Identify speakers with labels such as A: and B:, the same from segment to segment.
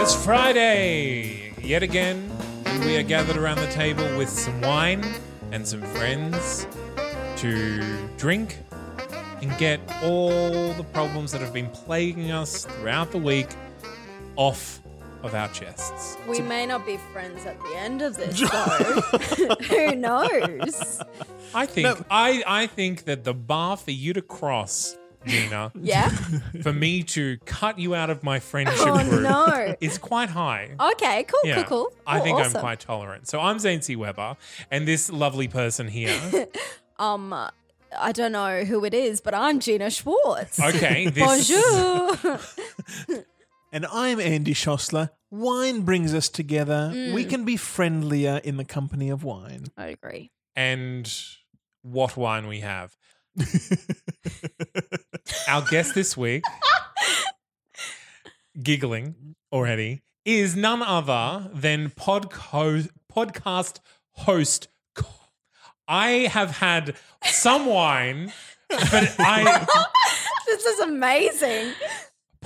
A: It's Friday! Yet again, we are gathered around the table with some wine and some friends to drink and get all the problems that have been plaguing us throughout the week off of our chests.
B: We may not be friends at the end of this, though. Who knows?
A: I think I, I think that the bar for you to cross, Gina,
B: Yeah.
A: for me to cut you out of my friendship
B: Oh
A: group
B: no.
A: is quite high.
B: Okay. Cool.
A: Yeah.
B: Cool. Cool.
A: I
B: Cool,
A: think
B: awesome.
A: I'm quite tolerant. So I'm Zane C. Weber, and this lovely person here.
B: Um, uh, I don't know who it is, but I'm Gina Schwartz.
A: Okay, Oh, this
B: Bonjour.
C: And I'm Andy Schossler. Wine brings us together. We can be friendlier in the company of wine.
B: I agree.
A: and what wine we have. Our guest this week, giggling already, is none other than podco- podcast host. Co- I have had some wine, but I
B: This is amazing.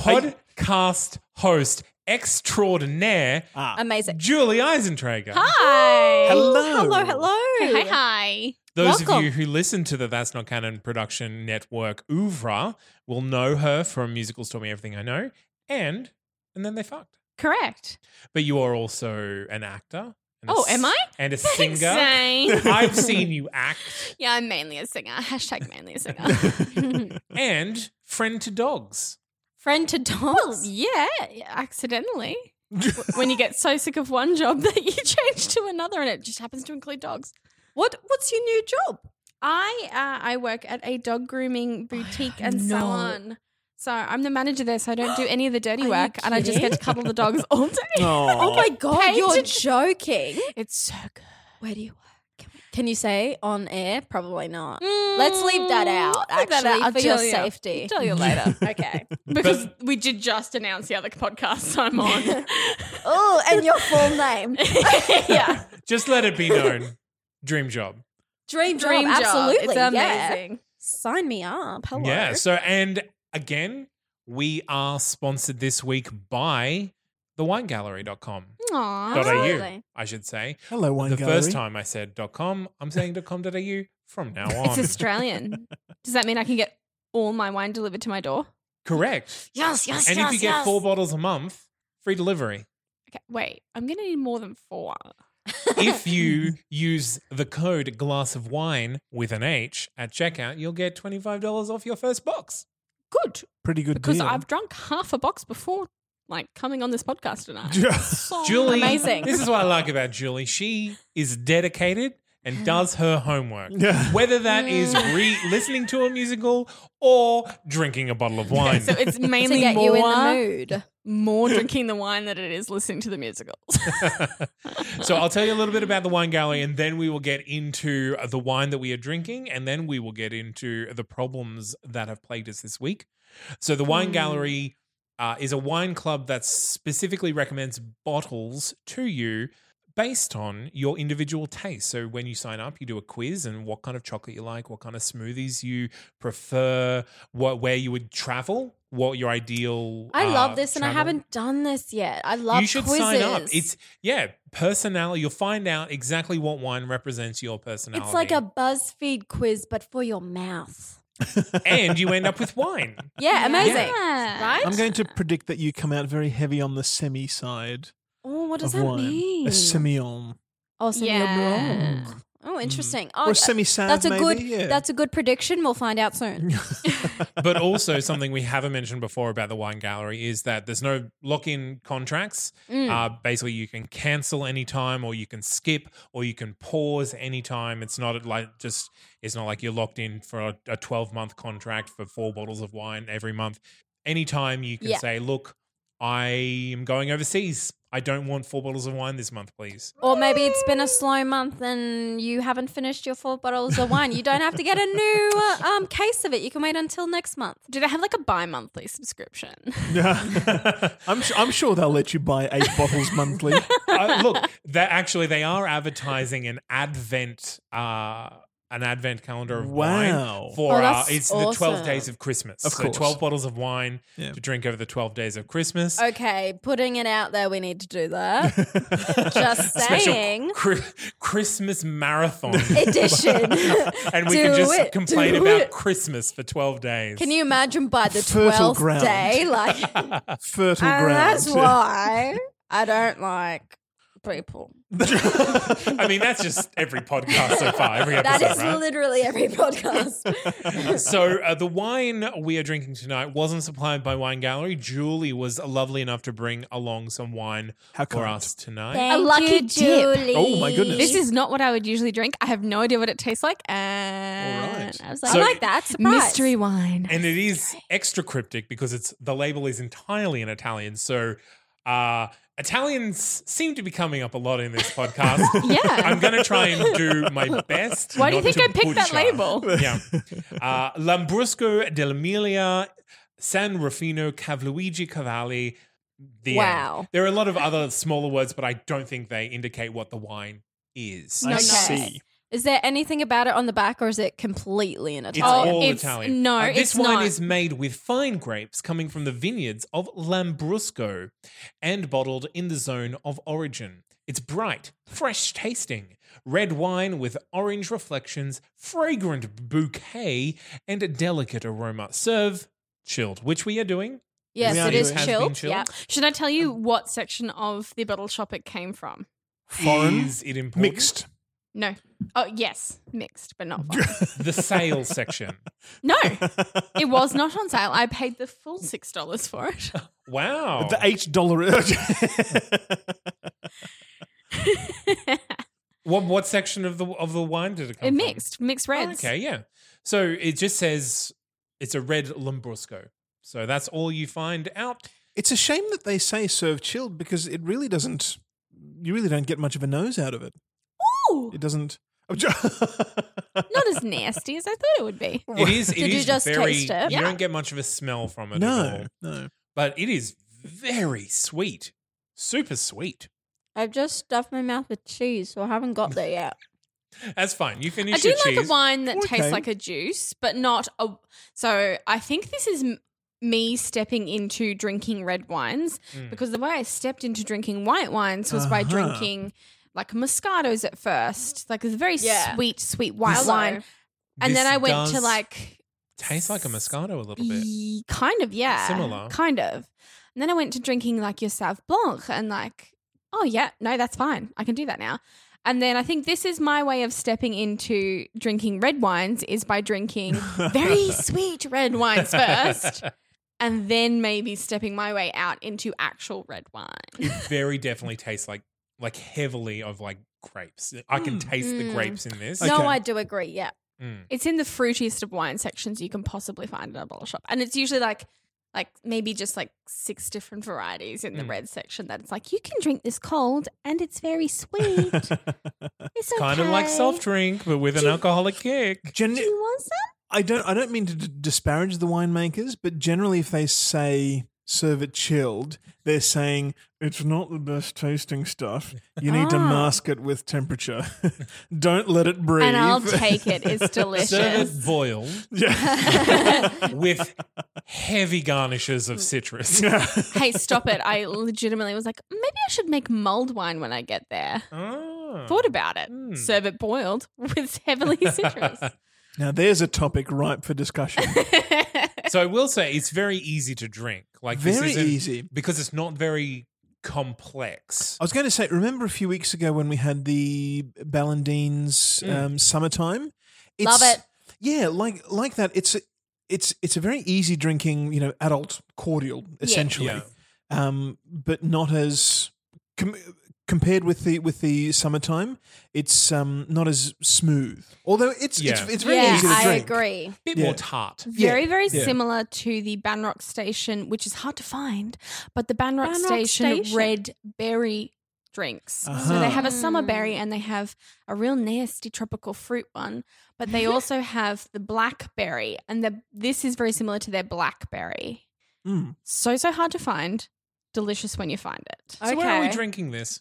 A: podcast host extraordinaire
B: Amazing.
A: Julie Eisentrager.
B: Hi.
C: Hello.
B: Hello. Hello.
D: Hi, hi.
A: Those of
B: Welcome.
A: you who listen to the That's Not Canon production network Ouvra will know her from musicals Taught Me Everything I Know and and then they fucked.
D: Correct.
A: But you are also an actor. And a
D: Oh,
A: s-
D: am I?
A: And a
D: Thanks,
A: singer.
D: Zane.
A: I've seen you act
D: Yeah, I'm mainly a singer. Hashtag mainly a singer.
A: and friend to dogs.
B: Friend to dogs.
D: yeah, accidentally. W- when you get so sick of one job that you change to another, and it just happens to include dogs.
B: What? What's your new job?
D: I uh, I work at a dog grooming boutique
B: I
D: and
B: know.
D: salon. So I'm the manager there, so I don't do any of the dirty
B: Are you
D: work, and I just get to cuddle the dogs all day.
B: Oh my god!
D: Paid
B: You're
D: to-
B: joking.
D: It's so good.
B: Where do you work? Can you say on air? Probably not. Let's leave that out,
D: Leave that
B: actually,
D: I'll
B: for your
D: tell you.
B: safety.
D: I'll tell you later.
B: Okay.
D: Because we did just announce the other podcast I'm on.
B: oh, and your full name.
D: yeah.
A: Just let it be known. Dream job.
B: Dream,
D: Dream
B: job.
D: job.
B: Absolutely.
D: It's
B: yeah.
D: amazing.
B: Sign me up. Hello.
A: Yeah. So and again, we are sponsored this week by the winegallery.com.
D: Aww.
A: Dot au,
B: Absolutely.
A: I should say.
C: Hello, wine
A: the
C: gallery.
A: first time I said .com, I'm saying .com.au from now on.
D: It's Australian. Does that mean I can get all my wine delivered to my door?
A: Correct.
B: Yes, yes,
A: and
B: yes.
A: if you get
B: yes.
A: four bottles a month, free delivery.
D: Okay, wait. I'm going to need more than four.
A: if you use the code glass of wine with an H at checkout, you'll get $25 off your first box.
D: Good,
C: Pretty good
D: because
C: deal.
D: I've drunk half a box before, like coming on this podcast tonight. So
A: Julie,
B: amazing.
A: this is what I like about Julie. She is dedicated and does her homework.
C: Yeah.
A: Whether that is re listening to a musical or drinking a bottle of wine.
D: So it's
B: to
D: mainly
B: get
D: more
B: you in the mood.
D: more drinking the wine than it is listening to the musicals.
A: so I'll tell you a little bit about the wine gallery, and then we will get into the wine that we are drinking, and then we will get into the problems that have plagued us this week. So the
B: Mm.
A: wine gallery uh, is a wine club that specifically recommends bottles to you based on your individual taste. So when you sign up, you do a quiz and what kind of chocolate you like, what kind of smoothies you prefer, what where you would travel, what your ideal.
B: I
A: uh,
B: love this, and I
A: travel-
B: haven't done this yet. I love
A: you should
B: quizzes.
A: sign up. It's yeah, personality. You'll find out exactly what wine represents your personality.
B: it's like a BuzzFeed quiz, but for your mouth.
A: and you end up with wine.
B: Yeah, amazing.
D: Yeah.
B: Right?
C: I'm going to predict that you come out very heavy on the semi side
B: oh, what does
C: of
B: that
C: wine.
B: mean?
C: A semillon.
B: oh, semi
D: Yeah.
B: blanc. Oh, interesting. Oh,
C: Or
B: that-
C: semi-sad,
B: That's a
C: maybe,
B: good.
C: yeah.
B: That's a good prediction. We'll find out soon.
A: but also something we haven't mentioned before about the wine gallery is that there's no lock-in contracts. Uh, basically, you can cancel anytime, or you can skip, or you can pause anytime. It's not like just it's not like you're locked in for a- a 12 month contract for four bottles of wine every month. Anytime you can
B: Yeah.
A: say, "Look, I am going overseas. I don't want four bottles of wine this month, please."
B: or maybe it's been a slow month and you haven't finished your four bottles of wine. You don't have to get a new uh, um, case of it. You can wait until next month.
D: Do they have like a bi monthly subscription?
C: I'm, su- I'm sure they'll let you buy eight bottles monthly.
A: uh, look, that actually they are advertising an advent, uh, an advent calendar of
C: Wow.
A: wine for
B: Oh,
A: uh,
B: that's
A: it's the twelve
B: awesome.
A: days of Christmas.
C: Of
A: so
C: course.
A: twelve bottles of wine
C: Yeah.
A: to drink over the twelve days of Christmas.
B: Oh, Okay, putting it out there, we need to do that. Just saying.
A: Chri- Christmas marathon.
B: Edition.
A: and we
B: Do
A: can just
B: it,
A: complain
B: do
A: about
B: it.
A: Christmas for twelve days.
B: Can you imagine by the
C: Fertile
B: twelfth
C: ground.
B: day? Like, and
C: Fertile ground.
B: Ah, that's why I don't like people.
A: I mean, that's just every podcast so far. Every episode,
B: That is
A: right?
B: literally every podcast.
A: so uh, the wine we are drinking tonight wasn't supplied by Wine Gallery. Julie was lovely enough to bring along some wine
C: How
A: for
C: kind.
A: us tonight.
B: a lucky Julie.
C: Oh, my goodness.
D: This is not what I would usually drink. I have no idea what it tastes like. And
C: All right.
D: I was like,
A: So-
B: I like that surprise.
D: mystery wine.
A: and it is extra cryptic because it's the label is entirely in Italian. So uh, Italians seem to be coming up a lot in this podcast.
D: yeah.
A: I'm going to try and do my best.
D: Why do you
A: not
D: think I
A: to
D: picked that
A: butcher.
D: label?
A: Yeah. Uh, Lambrusco dell'Emilia, San Ruffino, Cavluigi Cavalli. The
B: Wow.
A: end. There are a lot of other smaller words, but I don't think they indicate what the wine is.
C: I
B: Okay.
C: see.
B: Is there anything about it on the back, or is it completely in
A: It's
B: Italian?
D: Oh,
A: all
D: it's-
A: Italian.
D: no,
A: this
D: it's
A: wine
D: not.
A: is made with fine grapes coming from the vineyards of Lambrusco and bottled in the zone of origin. It's bright, fresh tasting, red wine with orange reflections, fragrant bouquet, and a delicate aroma. Serve chilled, which we are doing.
B: yes,
C: We are
B: it is
C: doing- has
A: been
B: chilled.
A: chilled.
B: Yeah.
D: Should I tell you
A: Um,
D: what section of the bottle shop it came from?
C: Foreign.
A: Is it important?
C: Mixed.
D: No. Oh, yes. Mixed, but not fine.
A: The sale section.
D: No. It was not on sale. I paid the full $6 for it.
A: Wow.
C: The eight dollar.
A: what what section of the of the wine did it come
D: It
A: from?
D: mixed, mixed reds.
A: Okay, yeah. So it just says it's a red Lambrusco. So that's all you find out.
C: it's a shame that they say serve chilled because it really doesn't. You really don't get much of a nose out of it.
D: Ooh,
C: It doesn't. I'm jo-
D: not as nasty as I thought it would be.
A: It is. It is
B: Did you just
A: very.
B: taste it?
A: You
D: Yeah.
A: don't get much of a smell from it. At all.
C: no, no.
A: But it is very sweet, super sweet.
B: I've just stuffed my mouth with cheese, so I haven't got there yet.
A: That's fine. You finish
D: I do
A: your
D: like
A: cheese.
D: a wine that
C: Okay.
D: tastes like a juice, but not a. So I think this is m- me stepping into drinking red wines because the way I stepped into drinking white wines was
A: Uh-huh.
D: by drinking like Moscatos at first, like it's a very
B: Yeah.
D: sweet, sweet white
B: Hello.
D: wine, and then
A: This
D: I went to
A: does
D: like
A: taste like a Moscato a little bit.
D: Ye- Kind of, yeah.
A: Similar.
D: Kind of. And then I went to drinking like your Sauv Blanc and like, oh yeah, no, that's fine. I can do that now. And then I think this is my way of stepping into drinking red wines is by drinking very sweet red wines first. And then maybe stepping my way out into actual red wine.
A: It very definitely tastes like like heavily of like grapes. I can
D: Hmm.
A: taste the
B: Mm.
A: grapes in this.
B: No,
C: Okay.
B: I do agree. Yeah.
A: Mm.
D: It's in the fruitiest of wine sections you can possibly find at a bottle shop. And it's usually like like maybe just like six different varieties in the
A: Mm.
D: red section that's like you can drink this cold and it's very sweet. it's
A: Kind of like soft drink, but with an alcoholic kick.
C: Gen-
D: Do you want some?
C: I don't. I don't mean to d- disparage the winemakers, but generally, if they say serve it chilled, they're saying it's not the best tasting stuff. You need to
B: Ah.
C: mask it with temperature. don't let it breathe.
D: And I'll take it. It's
A: Serve
D: delicious.
A: it boiled with heavy garnishes of citrus.
D: hey, stop it. I legitimately was like, maybe I should make mulled wine when I get there.
A: Ah.
D: Thought about it. Serve it boiled with heavily citrus.
C: now, there's a topic ripe for discussion.
A: So I will say it's very easy to drink. Like this
C: Very
A: isn't-
C: easy.
A: because it's not very complex.
C: I was going to say, remember a few weeks ago when we had the Ballandine's um, summertime?
B: Love it.
C: Yeah, like like that. It's a, it's it's a very easy drinking, you know, adult cordial essentially,
A: Yeah.
C: Um, but not as com- compared with the with the summertime. It's um, not as smooth, although it's
A: Yeah.
C: it's, it's very
B: yeah,
C: easy to
B: I
C: drink.
B: agree.
A: bit
C: Yeah.
A: more tart.
D: Very,
C: Yeah.
D: very
C: Yeah.
D: similar to the Banrock station, which is hard to find, but the Banrock,
B: Banrock
D: station,
B: Station.
D: red berry drinks. So
C: Uh-huh.
D: they have a summer
B: Mm.
D: berry and they have a real nasty tropical fruit one, but they also have the blackberry, and the, this is very similar to their blackberry.
C: Mm.
D: So, so hard to find. Delicious when you find it.
B: Oh,
A: So where are we drinking this?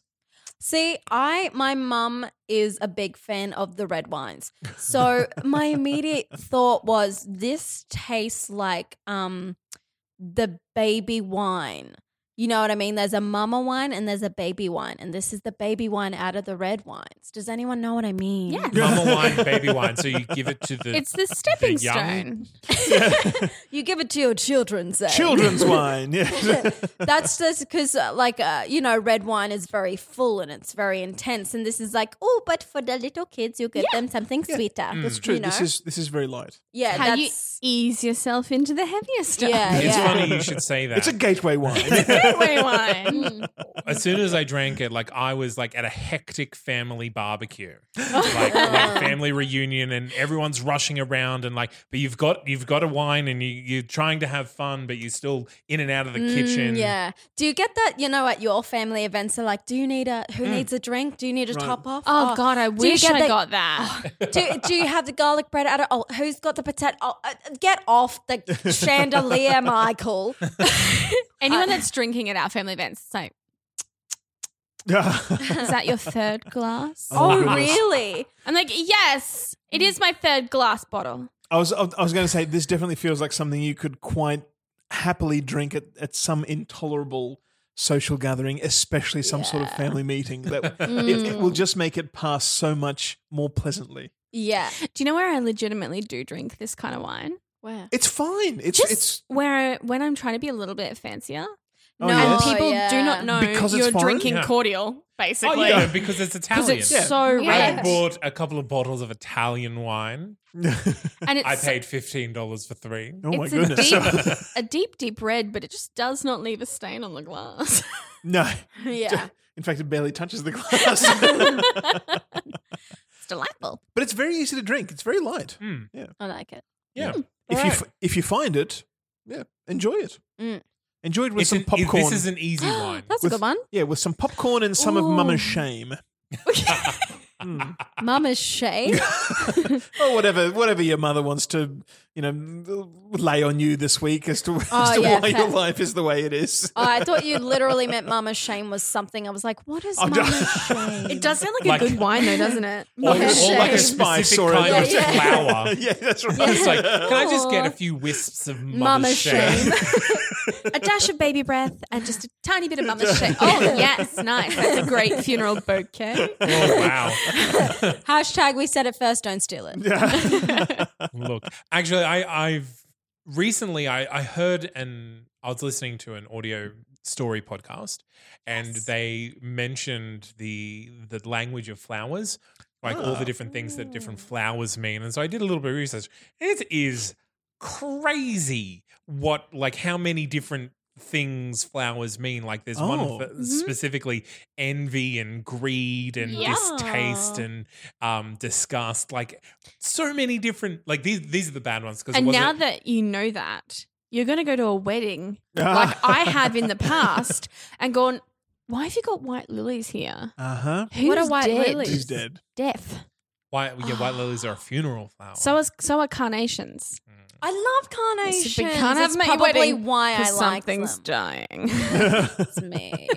B: See, I my mum is a big fan of the red wines. So my immediate thought was this tastes like um the baby wine. You know what I mean? There's a mama wine and there's a baby wine, and this is the baby wine out of the red wines. Does anyone know what I mean?
D: Yes.
A: Mama wine, baby wine. So you give it to the.
D: It's the stepping
A: young-
D: stone.
B: You give it to your children, say.
C: Children's wine, yeah.
B: That's just because, uh, like, uh, you know, red wine is very full and it's very intense, and this is like, oh, but for the little kids, you get them something sweeter.
C: That's true.
B: You know?
C: This is this is very light.
B: yeah,
D: How you
B: that's
D: ease yourself into the heavier stuff.
B: yeah,
A: It's
B: yeah.
A: funny you should say that.
C: It's a gateway wine.
D: Gateway wine.
B: Mm.
A: as soon as I drank it, like I was like at a hectic family barbecue, like, like family reunion, and everyone's rushing around and like, but you've got you've got a wine and you, you're trying to have fun, but you're still in and out of the kitchen.
B: Mm, Yeah. Do you get that? You know, at your family events, they're like, "Do you need a? Who needs a drink? Do you need a top off?
D: Oh, God, I
B: do you
D: wish
B: get
D: I
B: the- Oh,
D: got that.
B: do, do you have the garlic bread? Out of, oh, who's got the potato? Oh, uh, get off the chandelier, Michael.
D: Anyone that's drinking at our family events, it's like, is that your third glass?
B: oh,
C: goodness.
B: really?
D: I'm like, yes, it is my third glass bottle.
C: I was I was going to say this definitely feels like something you could quite happily drink at, at some intolerable social gathering, especially some sort of family meeting. That it, it will just make it pass so much more pleasantly.
B: Yeah.
D: Do you know where I legitimately do drink this kind of wine?
B: Where?
C: It's fine. It's
D: Just
C: it's
D: where when I'm trying to be a little bit fancier,
B: no,
C: oh,
D: and
C: yes.
D: people
B: yeah.
D: do not know
C: Because it's
D: you're
C: foreign?
D: drinking
A: Yeah.
D: cordial,
A: Oh
D: basically.
A: yeah, because it's
D: Because
A: Italian.
D: it's
C: Yeah.
D: so
B: Yeah.
D: red,
A: I bought a couple of bottles of Italian wine.
D: and it's
A: I paid fifteen dollars for three.
C: Oh my
D: it's
C: goodness.
D: a deep, a deep, deep red, but it just does not leave a stain on the glass.
C: no.
B: Yeah.
C: In fact, it barely touches the glass.
D: it's delightful.
C: but it's very easy to drink. It's very light.
B: I like it.
A: Yeah,
C: If
A: All
C: you
A: right.
C: f- if you find it, yeah, enjoy it.
B: Mm.
C: Enjoy it with
A: It's
C: some
A: an- it-
C: popcorn.
A: this is an easy wine.
B: That's
C: With-
B: a good one.
C: yeah, with some popcorn and some of Mama's shame.
B: Mama's shade.
C: or whatever whatever your mother wants to you know lay on you this week as to, as
B: Oh,
C: to
B: yeah,
C: why
B: fair.
C: your life is the way it is.
B: Oh, I thought you literally meant Mama's shame was something. I was like, what is
C: Oh, no.
B: Mama's shame?
D: It does sound like,
A: Like-
D: a good wine, though, doesn't it?
A: Or, or like
B: shame.
A: a
C: Spice
A: specific
C: or a-
A: kind of
B: Yeah, yeah.
A: flower.
C: yeah, that's right.
A: It's like, can I just get
B: Aw.
A: a few wisps of mother's
B: Mama's
A: shame?
B: shame.
D: a dash of baby breath and just a tiny bit of mama's shake. Oh, yes, nice. That's a great funeral bouquet.
A: Oh wow.
B: Hashtag we said it first, don't steal it.
A: Look, actually, I, I've recently I, I heard and I was listening to an audio story podcast, and they mentioned the the language of flowers, like all the different things that different flowers mean. And so I did a little bit of research. It is crazy what like how many different things flowers mean like there's one
C: Oh.
A: for, specifically envy and greed and
B: Yeah.
A: distaste and um disgust like so many different like these these are the bad ones because
D: And now that you know that, you're going to go to a wedding like I have in the past and gone, why have you got white lilies here?
C: Uh huh.
D: Who's
B: What are white
D: dead?
B: lilies?
C: He's dead.
D: Death.
A: white, yeah, white lilies are a funeral flower
D: So is, so are carnations.
B: I love carnations.
D: Yes, we can't have
B: That's
D: them at your
B: probably
D: wedding
B: why I
D: 'cause
B: like them.
D: something's dying.
C: Oh,
B: It's me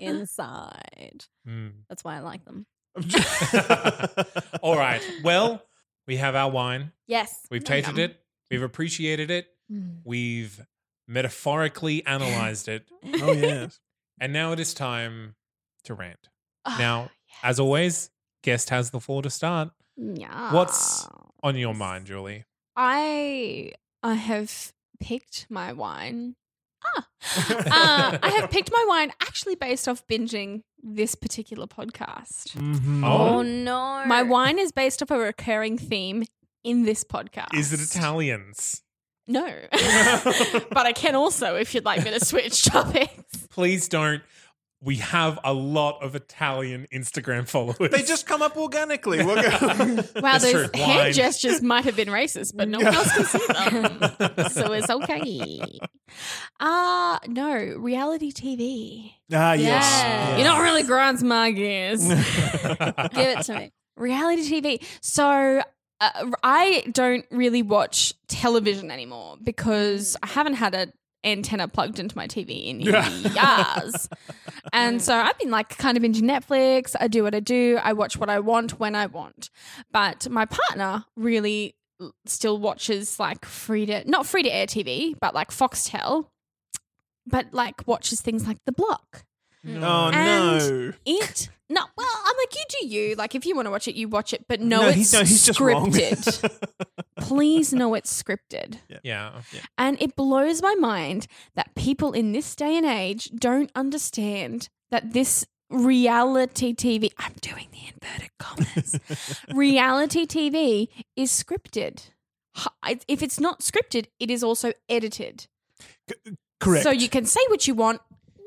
B: inside.
A: Mm.
B: That's why I like them.
A: all right well we have our wine
B: Yes.
A: we've tasted it we've appreciated it
D: Mm.
A: we've metaphorically analyzed it
C: oh yes.
A: and now it is time to rant
D: Oh,
A: now as always guest has the floor to start
D: yeah.
A: What's on your mind, Julie?
D: I I have picked my wine Uh, I have picked my wine actually based off binging this particular podcast.
C: Mm-hmm.
B: Oh,
A: Oh,
B: no.
D: My wine is based off a recurring theme in this podcast.
A: is it Italians?
D: No. but I can also, if you'd like me to switch topics.
A: Please don't. We have a lot of Italian Instagram followers.
C: They just come up organically. We'll go-
D: Wow,
A: That's true.
D: those hand
A: Wine.
D: gestures might have been racist, but no one else can see them. so it's okay. Uh, no, reality TV.
C: ah,
B: Yeah.
C: yes. yes.
D: You know, it really grinds my gears.
B: Give it to me.
D: reality TV. So uh, I don't really watch television anymore because I haven't had a antenna plugged into my TV in years. and so I've been like kind of into Netflix. I do what I do. I watch what I want when I want. But my partner really still watches like free to not free to air TV, but like Foxtel. But like watches things like The Block.
C: Oh,
D: And-
C: no.
D: It no. Well, I'm like you do you. Like if you want to watch it, you watch it. But no,
C: No,
D: it's
C: he's- no, he's just wrong.
D: scripted. Please know it's scripted.
A: yeah.
D: And it blows my mind that people in this day and age don't understand that this reality TV. I'm doing the inverted commas. reality TV is scripted. H- If it's not scripted, it is also edited.
C: Correct.
D: So you can say what you want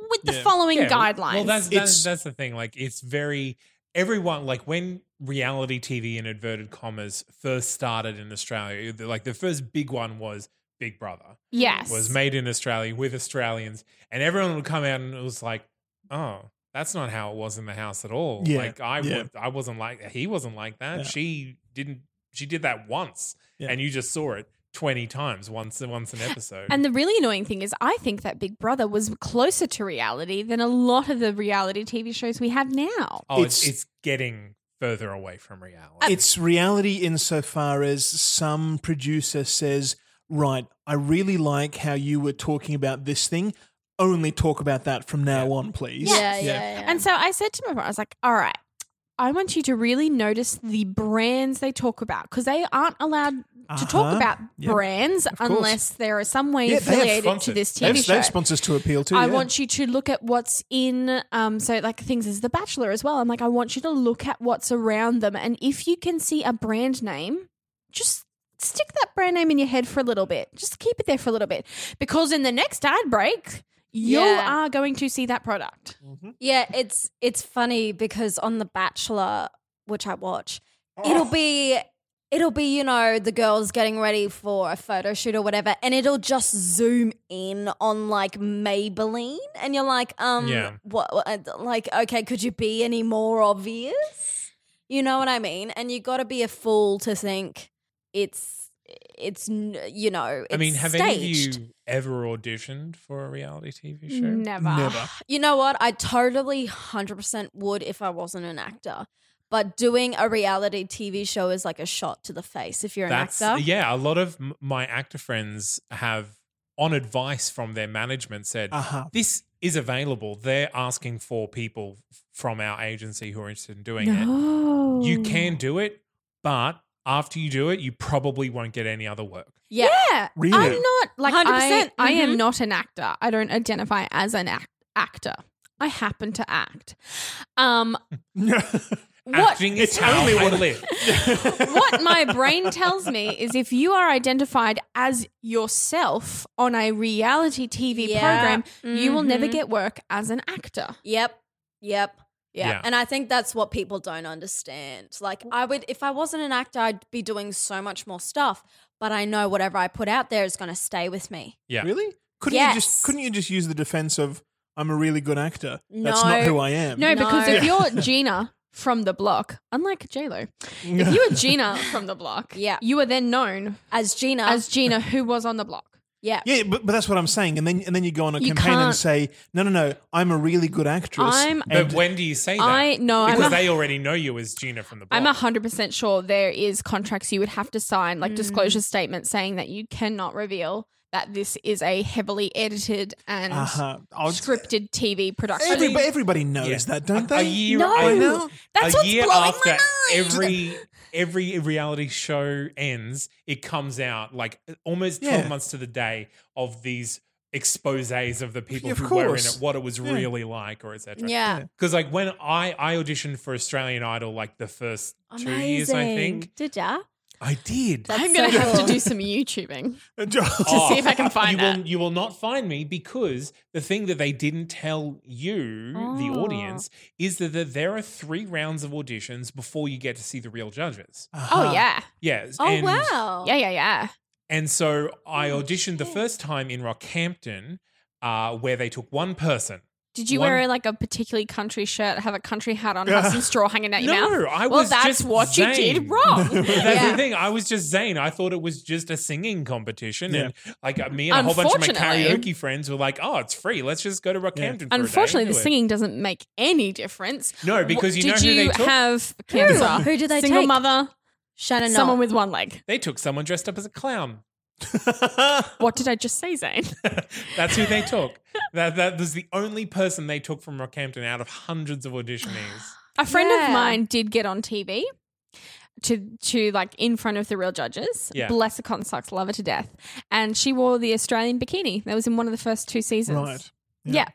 D: with the
C: Yeah.
D: following
A: Yeah,
D: guidelines.
A: Well, that's that's,
C: It's-
A: that's the thing. Like, it's very everyone like when reality TV in inverted commas first started in Australia. the- Like the first big one was Big Brother,
D: yes.
A: was made in Australia with Australians, and everyone would come out and it was like, oh. That's not how it was in the house at all.
C: Yeah,
A: Like I,
C: yeah.
A: wa- I wasn't like he wasn't like that.
C: Yeah.
A: She didn't. She did that once,
C: Yeah.
A: and you just saw it twenty times once once an episode.
D: And the really annoying thing is, I think that Big Brother was closer to reality than a lot of the reality TV shows we have now.
A: oh, it's,
C: it's-
A: it's getting further away from reality.
C: It's reality insofar as some producer says, Right, I really like how you were talking about this thing. Only talk about that from now on, please.
B: Yeah, yeah, yeah.
D: And so I said to my partner, I was like, all right, I want you to really notice the brands they talk about because they aren't allowed to talk
C: Uh-huh.
D: about
C: Yep.
D: brands
C: course.
D: unless they're some way
C: Yeah, they have
D: affiliated to
A: sponsored.
D: this TV
C: They have,
D: show.
C: they have sponsors to appeal to.
D: I
C: yeah.
D: want you to look at what's in, um, so like things as The Bachelor as well. I'm like, I want you to look at what's around them. And if you can see a brand name, just stick that brand name in your head for a little bit. Just keep it there for a little bit. Because in the next ad break, you
B: Yeah.
D: are going to see that product.
B: Yeah, it's it's funny because on The Bachelor, which I watch, it'll
A: Oh.
B: be it'll be you know the girls getting ready for a photo shoot or whatever, and it'll just zoom in on like Maybelline, and you're like, um,
A: Yeah.
B: what, what- uh, like okay, could you be any more obvious? You know what I mean? And you got to be a fool to think it's it's n- you know. It's
A: I mean, have
B: staged.
A: any of you ever auditioned for a reality TV show?
D: Never.
C: Never.
B: You know what? I totally 100% would if I wasn't an actor. But doing a reality TV show is like a shot to the face if you're an
A: That's
B: actor.
A: yeah. A lot of m- my actor friends have, on advice from their management, said
C: Uh-huh.
A: this is available. They're asking for people f- from our agency who are interested in doing
D: No.
A: it. You can do it, but after you do it, you probably won't get any other work.
B: Yeah.
D: Yeah.
C: Really?
D: I'm not like 100%.
B: 100%,
D: I, I am
B: mhm.
D: not an actor. I don't identify as an act- actor. I happen to act. Um, what
A: Acting is
C: It's
A: how
C: only
A: I
C: what-
A: live.
D: what my brain tells me is if you are identified as yourself on a reality TV
B: Yeah.
D: program, you will never
B: Mhm.
D: get work as an actor.
B: Yep. Yep. Yeah.
A: Yeah.
B: And I think that's what people don't understand. Like, I would, if I wasn't an actor, I'd be doing so much more stuff. But I know whatever I put out there is going to stay with me.
A: Yeah.
C: Really? Couldn't you
B: Yes.
C: just couldn't you just use the defense of I'm a really good actor. That's
B: No.
C: not who I am.
D: No,
B: No.
D: because if you're Gina from the block, unlike JLo, if you were Gina from the block,
B: Yeah.
D: you were then known
B: As Gina.
D: as Gina who was on the block.
B: yeah.
C: Yeah, but, but that's what I'm saying. And then and then you go on a
D: You
C: campaign
D: can't-
C: and say, No, no, no, I'm a really good actress.
D: I'm-
A: But
C: and-
A: when do you say that?
D: I- no, I'm
A: because
D: a-
A: they already know you as Gina from the. Block.
D: I'm hundred percent sure there is contracts you would have to sign,
A: Mm.
D: like disclosure statements saying that you cannot reveal that this is a heavily edited and
C: uh-huh. I'll-
D: scripted TV production.
C: Everybody, everybody knows
A: Yeah.
C: that, don't
A: A-
C: they?
A: A year,
D: No.
A: I
D: know. That's
A: a
D: what's
A: year
D: blowing my
A: after
D: mind.
A: every every reality show ends, it comes out like almost twelve
C: Yeah.
A: months to the day of these exposes of the people
C: Yeah, of
A: who were in
C: course.
A: it, what it was
C: Yeah.
A: really like, or etc.
B: Yeah.
A: Because like when I I auditioned for Australian Idol, like the first two years, I think
B: Did ya?
A: I did.
B: That's
D: I'm going to
B: so
D: have
B: cool.
D: to do some YouTubing.
A: Oh.
D: see if I can find
A: you will,
D: that.
A: you will not find me because the thing that they didn't tell you, the
B: Oh.
A: audience, is that that there are three rounds of auditions before you get to see the real judges.
C: Ah. Uh-huh.
D: Oh, yeah.
A: Yes.
B: Oh
A: and,
B: wow.
D: Yeah, yeah, yeah.
A: And so I
B: Oh,
A: auditioned the
B: shit.
A: first time in Rockhampton, uh, where they took one person.
D: Did you
A: One-
D: wear like a particularly country shirt, have a country hat on,
C: Yeah.
D: have some straw hanging out your
A: no,
D: mouth?
A: I
D: well,
A: was
D: that's
A: just
D: what you
A: Zayn.
D: did wrong.
A: That's
B: Yeah.
A: the thing. I was just Zane. I thought it was just a singing competition, and like uh, me and a whole bunch of my
D: Unfortunately-
A: karaoke friends were like, "Oh, it's free. Let's just go to Rockhampton." For
D: Unfortunately,
A: a day and
D: the
A: do it."
D: singing doesn't make any difference.
A: No, because you
D: did
A: know who
D: you
A: they took?
D: have cancer?
B: Who did they
D: Single
B: take?
D: mother,
B: Shannon.
D: someone
B: Knoll.
D: with one leg.
A: They took someone dressed up as a clown.
D: What did I just say, Zane?
A: That's who they took. that that was the only person they took from Rockhampton out of hundreds of auditionees.
D: A friend
B: Yeah.
D: of mine did get on TV to to like in front of the real judges.
A: Yeah.
D: Bless her cotton socks, love her to death. And she wore the Australian bikini. That was in one of the first two seasons.
C: Right.
D: Yeah.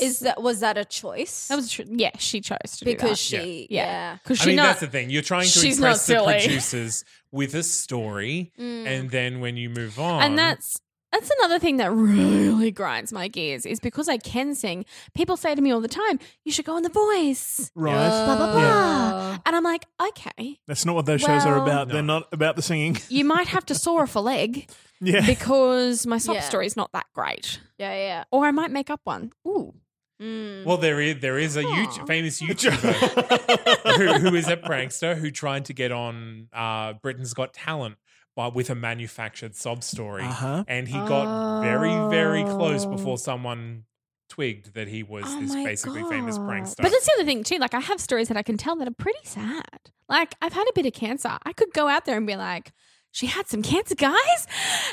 B: is that was that a choice?
D: that was tr- yeah, she chose to
B: because
D: do
A: Yeah.
B: she.
D: that. yeah.
B: Yeah.
D: Because
A: I
D: she
A: mean,
D: not
A: that's the thing. You're trying to
D: she's
A: impress
D: not
A: the
D: silly. Mm.
A: producers with a story, and then when you move on,
D: and that's that's another thing that really grinds my gears is because I can sing, people say to me all the time, you should go on the voice.
C: Right.
D: Blah blah blah.
B: Yeah.
D: And I'm like, okay.
C: That's not what those shows are
D: Well-
C: about.
A: No.
C: They're not about the singing.
D: You might have to saw off a leg
C: Yeah.
D: because my sob
B: Yeah.
D: story's not that great.
B: Yeah.
D: Or I might make up one. Ooh.
B: Yeah. Mm.
D: Mm-hmm.
A: well, there is there is a YouTube,
D: Aw.
A: famous YouTuber who, who is a prankster who tried to get on uh, Britain's Got Talent, but with a manufactured sob story.
C: Uh-huh.
A: and he got very, very close
D: Oh.
A: before someone twigged that he was
D: Oh
A: this
D: my
A: basically famous
D: God.
A: prankster.
D: But that's the other thing too. Like I have stories that I can tell that are pretty sad. Like I've had a bit of cancer. I could go out there and be like, she had some cancer, guys,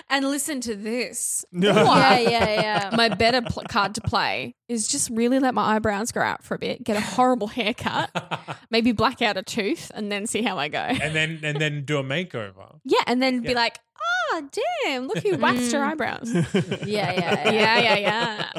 D: and listen to this.
C: No.
D: Or-
B: Yeah. Yeah. Yeah.
D: My better pl- card to play is just really let my eyebrows grow out for a bit, get a horrible haircut, maybe black out a tooth, and then see how I go.
A: and then and then do a makeover.
D: Yeah, and then be
A: Yeah.
D: like, oh, damn, look who waxed her eyebrows.
B: Mm. yeah. Yeah. Yeah.
D: yeah, yeah, yeah.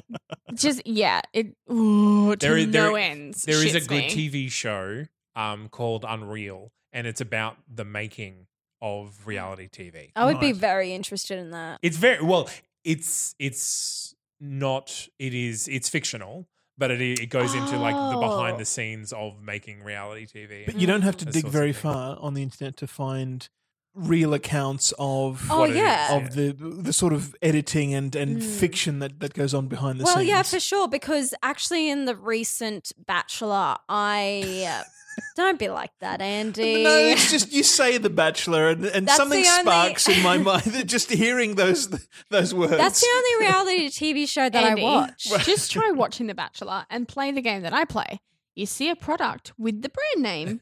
D: Just yeah, it ooh, to
A: There is- there
D: no
A: is-
D: ends.
A: There is a
D: Shits
A: good
D: me.
A: TV show um, called Unreal, and it's about the making of reality TV.
B: I would be
C: Right.
B: very interested in that.
A: It's very well. It's it's not. It is. It's fictional, but it it goes into like the behind
B: Oh.
A: the scenes of making reality TV.
D: Mm-hmm.
C: But you don't have to
A: Those
C: dig
A: sorts of
C: very
A: things.
C: far on the internet to find real accounts of
B: Oh,
A: What it is,
B: yeah.
C: of the the sort of editing and, and
B: Mm.
C: fiction that, that goes on behind the
B: well,
C: scenes.
B: yeah, for sure. Because actually, in the recent Bachelor, I uh, don't be like that, Andy.
C: No, it's just you say The Bachelor, and, and
B: That's
C: something
B: the only-
C: sparks in my mind. Just hearing those those words.
B: That's the only reality TV show that
D: Andy,
B: I watch.
D: Just try watching The Bachelor and play the game that I play. You see a product with the brand name,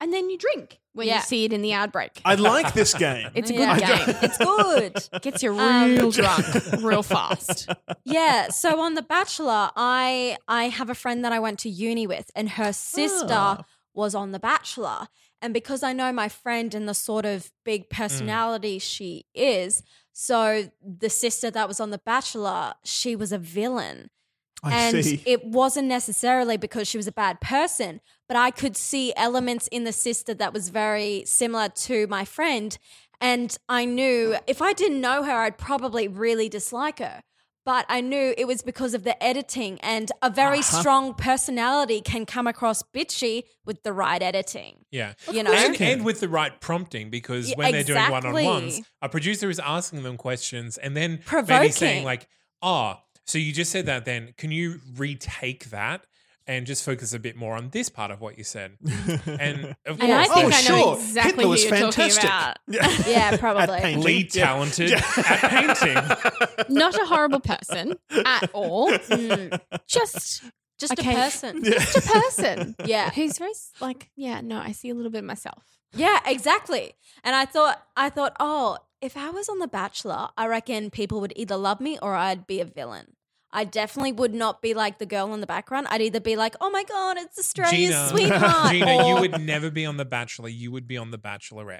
D: and then you drink when
B: Yeah.
D: you see it in the ad break.
C: I like this game.
D: it's a good
B: Yeah.
D: game.
B: it's good.
D: It gets you
B: Um,
D: real drunk, real fast.
B: Yeah. So on The Bachelor, I I have a friend that I went to uni with, and her sister
C: Ah.
B: was on The Bachelor. And because I know my friend and the sort of big personality she is, so the sister that was on The Bachelor, she was a villain.
C: I
B: and
C: see.
B: it wasn't necessarily because she was a bad person, but I could see elements in the sister that was very similar to my friend. And I knew if I didn't know her, I'd probably really dislike her. But I knew it was because of the editing, and a very
C: Uh-huh.
B: strong personality can come across bitchy with the right editing.
A: Yeah.
B: You know?
A: and, and with the right prompting, because
B: Yeah,
A: when they're doing one on
B: exactly.
A: ones, a producer is asking them questions and then maybe
B: Provoking.
A: saying, like, ah, so you just said that then. Can you retake that and just focus a bit more on this part of what you said? And of
D: And I
A: course,
D: think I know
C: sure.
D: exactly
C: Hitler
D: who
C: was
D: you're talking
C: fantastic.
D: about.
C: Yeah.
B: Yeah,
C: At
B: probably.
C: painting.
A: lead
C: Yeah.
A: talented at painting.
D: Not a horrible person at all.
B: Hmm.
D: Just
B: Just
D: Okay.
B: a person.
D: just a person.
B: Yeah.
D: Who's very s- like, yeah, no, I see a little bit of myself.
B: Yeah, exactly. And I thought, I thought, oh, if I was on The Bachelor, I reckon people would either love me or I'd be a villain. I definitely would not be like the girl in the background. I'd either be like, oh my God, it's Australia's
A: Gina,
B: sweetheart. Oh.
A: Gina, you
B: or-
A: would never be on The Bachelor. You would be on The Bachelorette.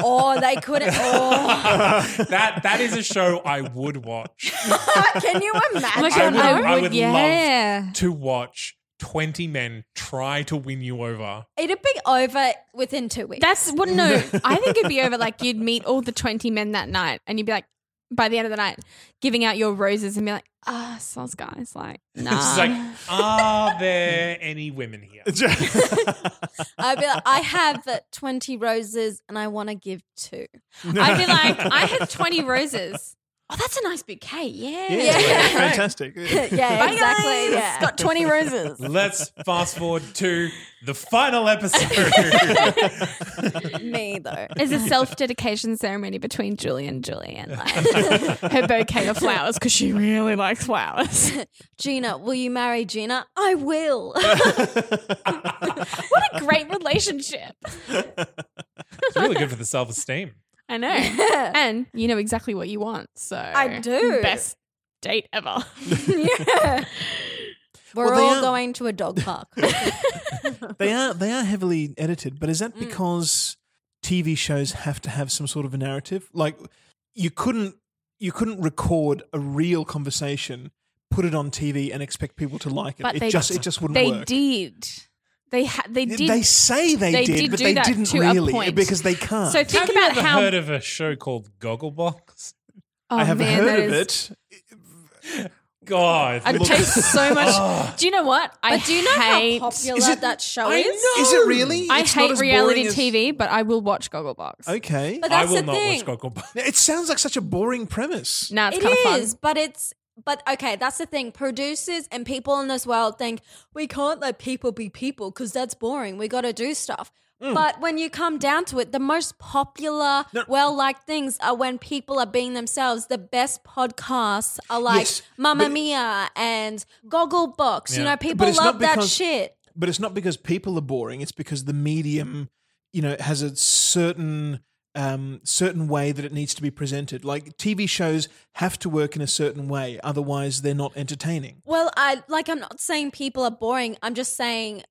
B: oh, they couldn't. Oh,
A: that that is a show I would watch.
B: can you imagine?
D: Oh my
A: I would,
D: I
A: I
D: would,
A: would
D: yeah.
A: love to watch 20 men try to win you over.
B: It'd be over within two weeks.
D: That's what no. I think it'd be over. Like you'd meet all the twenty men that night, and you'd be like, by the end of the night, giving out your roses and be like, ah, so those guys, like, nah.
A: It's like,
B: Ah.
A: are there any women here?
B: I'd be like, I have uh, 20 roses and I want to give two.
D: I'd be like, I had twenty roses. Oh, that's a nice bouquet. Yeah.
B: Yeah.
C: Fantastic.
B: Yeah,
D: guys.
B: exactly. Yeah. Got 20 roses.
A: Let's fast forward to the final episode.
B: Me, though.
D: There's a self dedication ceremony between Julie and Julie and like her bouquet of flowers because she really likes flowers.
B: Gina,
A: Mm-hmm.
B: will you marry Gina? I will.
D: what a great relationship.
A: it's really good for the self esteem.
D: I know. And you know exactly what you want. So I
B: do.
D: Best date ever.
B: yeah. We're
C: Well, they
B: all
C: are-
B: going to a dog park.
C: They are they are heavily edited, but is
D: Mm.
C: that because TV shows have to have some sort of a narrative? Like you couldn't you couldn't record a real conversation, put it on TV, and expect people to like it.
D: But
C: it
D: they-
C: just it just wouldn't
D: They
C: work.
D: did. They ha- they did.
C: They say they,
D: they
C: did,
D: did
C: but
D: do
C: they
D: that
C: didn't
D: to a
C: really
D: point.
C: because they can't.
D: so think
A: Have you
D: about
A: ever
D: how.
A: heard of a show called Gogglebox?
D: oh,
C: I have
D: man,
C: heard
D: that
C: of
D: is-
C: it.
A: God,
D: I
A: look-
D: taste so
C: Ah.
D: much. do you know what? I
B: but do you know
D: hate,
B: how popular
C: Is it-
B: that show
A: I
B: is?
A: know.
C: Is it really?
D: I
C: It's not
D: hate
C: as
D: reality
C: boring as-
D: TV, but I will watch Gogglebox.
C: Okay.
B: But
A: I
B: that's
A: will
B: the
A: not
B: thing.
A: watch Gogglebox.
C: Now, It sounds like such a boring premise.
D: Nah, it's
B: It
D: kind of fun.
B: is, but it's but okay. That's the thing. Producers and people in this world think we can't let people be people because that's boring. We got to do stuff.
C: Hmm.
B: But when you come down to it, the most popular, well liked things are when people are being themselves. The best podcasts are like
C: Yes,
B: Mamma
C: but-
B: Mia and Gogglebox. You
A: Yeah.
B: know, people
C: it's not
B: love that
C: because-
B: shit.
C: But it's not because people are boring. It's because the medium, you know, has a certain um, certain way that it needs to be presented. Like TV shows have to work in a certain way, otherwise they're not entertaining.
B: Well, I like I'm not saying people are boring. I'm just saying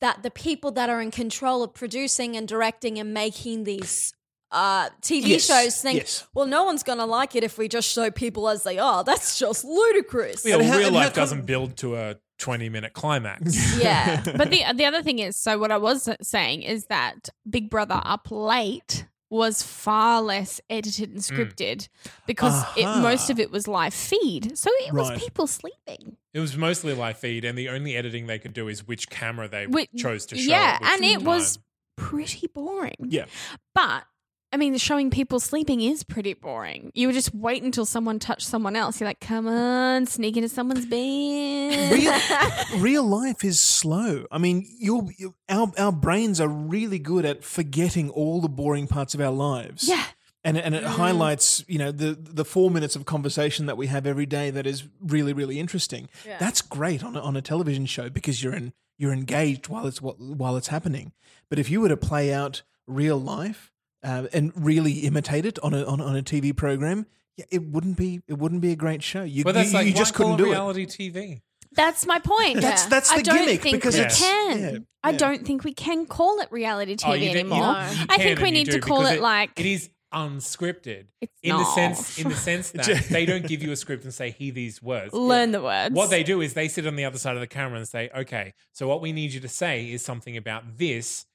B: that the people that are in control of producing and directing and making these uh, TV
C: Yes,
B: shows think,
C: yes.
B: well, no one's going to like it if we just show people as they are. That's just ludicrous.
A: Yeah,
C: And how-
A: real
C: and how
A: life
C: come-
A: doesn't build to a 20 minute climax.
B: Yeah.
D: But the the other thing is, so what I was saying is that Big Brother Up Late was far less edited
A: Mm.
D: and scripted because it,
A: Uh-huh.
C: Aha.
D: most of it was live feed, so it
C: Right.
D: was people sleeping.
A: It was mostly live feed, and the only editing they could do is which camera they
D: Which-
A: chose to show.
D: yeah,
A: at which
D: and it
A: time.
D: was pretty boring.
C: Yeah.
D: But I mean, showing people sleeping is pretty boring. You would just wait until someone touched someone else. You're like, come on, sneak into someone's bed.
C: Real, real life is slow. I mean, your, your our our brains are really good at forgetting all the boring parts of our lives.
D: yeah.
C: and and
D: Mm.
C: it highlights you know the the four minutes of conversation that we have every day that is really really interesting. That's great on a, on a television show because you're in you're engaged while it's what while it's happening. But if you were to play out real life uh, and really imitate it on a on, on a TV program, yeah, it wouldn't be it wouldn't be a great show. You,
A: But that's
C: you,
A: like
C: you just
A: white collar
C: couldn't do
A: reality TV.
D: That's my point.
C: That's-
B: Yeah.
C: that's
D: I
C: the
D: don't
C: gimmick,
D: think
C: because
D: we
A: it's-
D: can.
C: yeah,
D: I
C: yeah.
D: don't think we can call it reality TV
A: Oh, you didn't- you-
D: anymore.
A: you
D: I
A: can
D: think we
A: and you
D: need
A: do
D: to call
A: because
D: it like
A: it is unscripted
D: It's
A: in the
D: not.
A: sense in the sense that they don't give you a script and say hear these words.
D: learn the words.
A: What they do is they sit on the other side of the camera and say, "Okay, so what we need you to say is something about this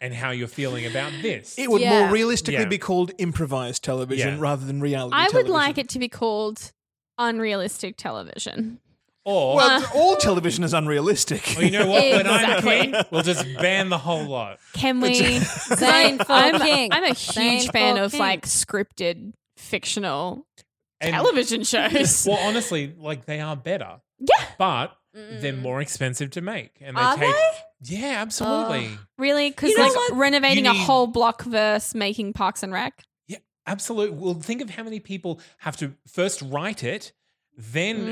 A: and how you're feeling about this."
C: it. It would
B: Yeah.
C: more realistically
A: Yeah.
C: be called improvised television
A: Yeah.
C: rather than reality.
D: I would
C: television.
D: like it to be called unrealistic television.
A: or,
C: Well, all television is unrealistic.
A: or you know what? When
D: Uh, Exactly.
A: I'm king, we'll just ban the whole lot.
D: Can we? 'Cause
B: Zane
D: I'm,
B: for
D: I'm,
B: king.
D: I'm a
B: Zane
D: huge
B: for
D: fan of
B: king.
D: like scripted fictional
A: And-
D: television shows.
A: Well, honestly, like they are better.
D: Yeah.
A: But they're more expensive to make. And they
B: Are
A: take
B: they?
A: Yeah, absolutely.
D: Really? Because
B: You know
D: like
B: what?
D: renovating
A: You
D: a
A: need-
D: whole block versus making Parks and Rec.
A: Yeah, absolutely. Well, think of how many people have to first write it, then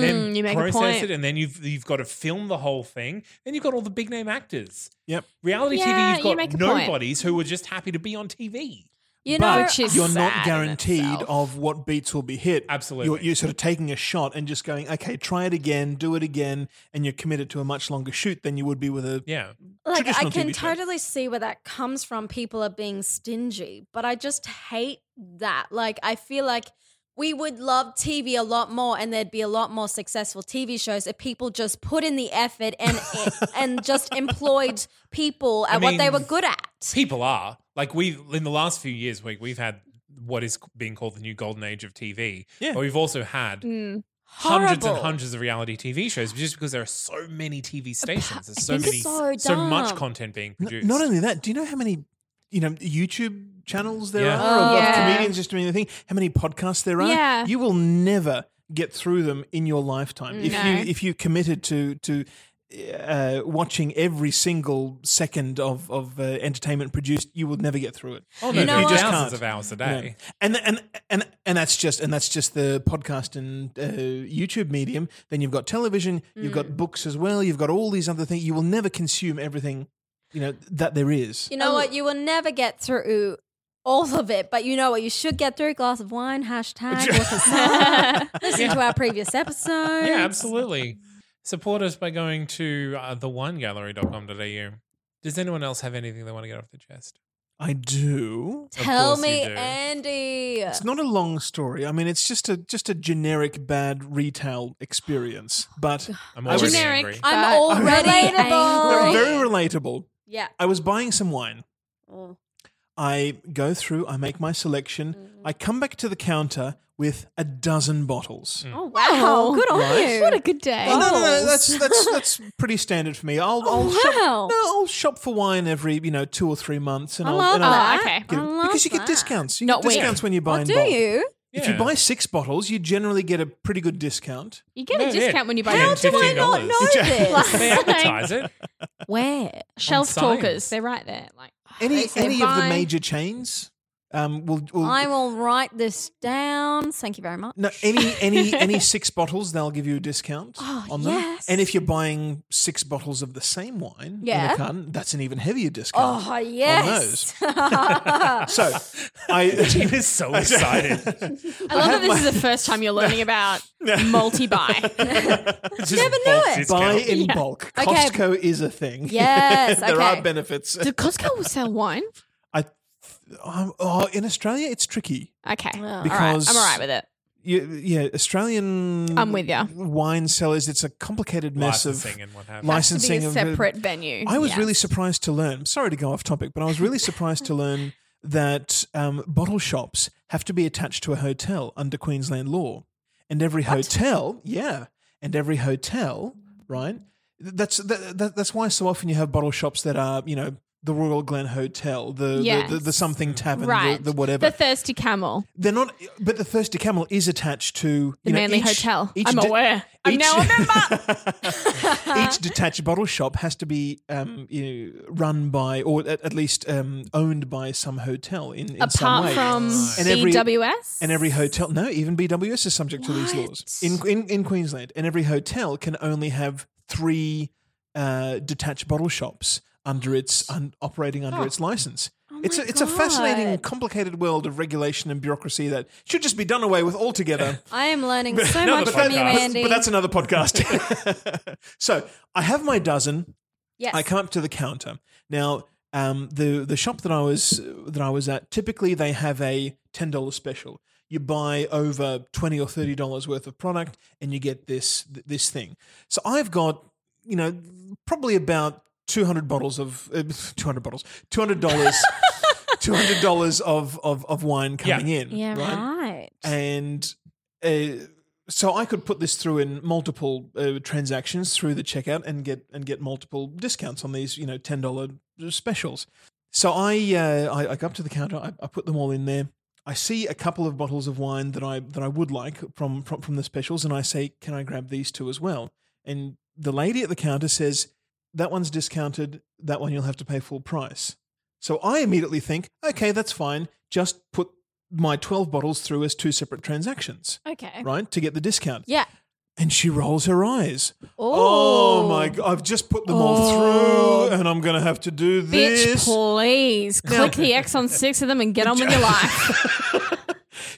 A: then
D: Mm, you make a
A: process
D: point.
A: it, and then you've you've got to film the whole thing. Then you've got all the big name actors.
C: Yep.
A: Reality
D: Yeah,
A: TV,
D: you
A: you've
D: make
A: got
D: a point.
A: nobodies who are just happy to be on TV.
B: You
C: but
B: know,
D: Which is
C: you're
B: sad
C: not
B: in
C: guaranteed
B: itself.
C: of what beats will be hit.
A: Absolutely.
C: You're, you're sort of taking a shot and just going, okay, try it again, do it again, and you're committed to a much longer shoot than you would be with a.
A: Yeah.
B: like I
C: traditional
B: can
C: TV show.
B: totally see where that comes from. People are being stingy, but I just hate that. Like I feel like we would love TV a lot more, and there'd be a lot more successful TV shows if people just put in the effort and eh, and just employed people at
A: I
B: what they
A: mean,
B: were good at.
A: People are. Like we in the last few years, we we've had what is being called the new golden age of TV.
C: Yeah.
A: But we've also had
D: Mm.
A: hundreds and
B: Horrible.
A: hundreds of reality TV shows just because there are so many TV stations. There's so
B: It's
A: many
B: so
A: so, much
B: dumb.
A: content being
C: N-
A: produced.
C: Not only that, do you know how many you know YouTube channels there
A: Yeah.
C: are of,
B: Oh,
C: of
D: yeah.
C: comedians just doing the thing? How many podcasts there are?
D: Yeah.
C: You will never get through them in your lifetime if
D: No.
C: you if you committed to to. Uh, watching every single second of of uh, entertainment produced, you will never get through it.
A: oh, no,
B: You know
A: there's
B: what?
A: thousands of
C: can't.
A: hours a
C: Yeah.
A: day.
C: And and and and that's just and that's just the podcast and uh, YouTube medium. Then you've got television, you've got books as well, you've got all these other things. You will never consume everything, you know, that there is.
B: You know
A: Oh.
B: what? You will never get through all of it, but you know what? You should get through a glass of wine. Hashtag look us up. Listen to our previous episode.
A: Yeah, absolutely. Support us by going to uh, theonegallery.com.au. Does anyone else have anything they want to get off the chest?
C: I do.
A: Of
B: Tell
A: course you
B: me,
A: do.
B: Andy.
C: It's not a long story. I mean, it's just a just a generic bad retail experience, but
A: I'm
C: I was-
A: already
D: Generic.
A: angry.
B: I'm
D: But-
B: already
D: Relatable.
B: angry.
C: they're very relatable.
B: yeah.
C: I was buying some wine.
B: Oh.
C: I go through, I make my selection,
B: Mm.
C: I come back to the counter with a dozen bottles.
A: Mm.
B: oh wow! Good on you.
D: What a good day.
C: Oh, no, no, no, that's that's that's pretty standard for me. I'll,
B: Oh,
C: I'll shop.
B: wow.
C: No, I'll shop for wine every you know two or three months, and
B: I
C: will
B: love
C: and I'll
D: Oh,
B: that.
D: okay.
C: get
B: I
C: it.
B: love
C: because you
B: that.
C: get discounts. You
D: Not
C: get
D: weird.
C: discounts when you buy.
B: Oh,
C: in
B: do
C: bulk.
B: you?
C: If you
A: Yeah.
C: buy six bottles, you generally get a pretty good discount.
D: You get a
A: Yeah, yeah.
D: discount when you buy
A: How
D: your
A: do I
B: I not
A: $15.
B: know this.
A: They advertise it.
B: Where?
D: shelf
A: On signs.
D: talkers. They're right there. Like
C: Any
D: They
C: any of the
D: buy-
C: major chains um, will will
B: I will write this down. Thank you very much.
C: no any any any six bottles they'll give you a discount
B: Oh,
C: on them.
B: yes.
C: And if you're buying six bottles of the same wine in
B: Yeah.
C: a carton, that's an even heavier discount.
B: Oh yes. Oh.
C: So I
A: Gina is so excited.
D: I love that this is the first time you're learning about multi buy.
A: Just
B: Never knew
A: bulk
B: it.
A: discount.
C: buy in bulk.
B: Okay.
C: Costco is a thing.
B: Yes,
C: there
B: okay.
C: are benefits.
D: Did Costco sell wine?
C: I, um, oh, in Australia, it's tricky.
D: Okay. all right.
C: Because-
D: I'm all right with it.
C: You, yeah, Australian.
D: I'm with ya.
C: Wine cellers. It's a complicated mess of
A: Licensing and what have you.
D: To be
C: licensing.
D: a
C: of-
D: separate venue.
C: I was
D: Yeah.
C: really surprised to learn. Sorry to go off topic, but I was really surprised to learn that um, bottle shops have to be attached to a hotel under Queensland law, and every hotel, yeah, and every hotel, right? th- That's that, that, that's why so often you have bottle shops that are you know the Royal Glen Hotel, the the, the, the
D: Yes.
C: something tavern,
D: right.
C: the, the whatever.
D: The thirsty camel.
C: They're not, but the Thirsty Camel is attached to
D: The
C: you know,
D: Manly
C: each-
D: Hotel.
C: each
D: I'm
C: de-
D: aware. I'm
C: each-
D: now a member.
C: each detached bottle shop has to be um, you know, run by, or at, at least um, owned by some hotel in, in some
D: Apart
C: way.
D: from
C: and every,
D: BWS.
C: and every hotel, no, even BWS is subject to these laws in, in in Queensland. And every hotel can only have three uh, detached bottle shops under its un, operating
D: Oh.
C: under its license. it's a, it's a fascinating,
B: God.
C: complicated world of regulation and bureaucracy that should just be done away with altogether.
B: I am learning so
A: Another
B: much from you,
A: podcast.
C: But-
B: Andy.
C: But that's another podcast. so I have my dozen.
B: yes.
C: I come up to the counter. Now, um, the the shop that I was that I was at, typically they have a ten dollars special. You buy over twenty or thirty dollars worth of product, and you get this th- this thing. So I've got you know probably about two hundred bottles of uh, two hundred bottles, two hundred dollars, two hundred dollars of, of of wine
A: Yeah.
C: coming in.
B: Yeah. Right.
C: and uh, so I could put this through in multiple uh, transactions through the checkout and get and get multiple discounts on these you know ten dollar specials. So I, uh, I I go up to the counter, I, I put them all in there. I see a couple of bottles of wine that I that I would like from from, from the specials, and I say, "Can I grab these two as well?" And the lady at the counter says, "That one's discounted. That one you'll have to pay full price." So I immediately think, "Okay, that's fine. Just put my twelve bottles through as two separate transactions,
D: Okay.
C: right, to get the discount."
B: Yeah.
C: and she rolls her eyes.
B: Oh.
C: Oh my god! I've just put them all through, and I'm going to have to do
D: Bitch,
C: this.
D: please click the X on six of them and get on with your life.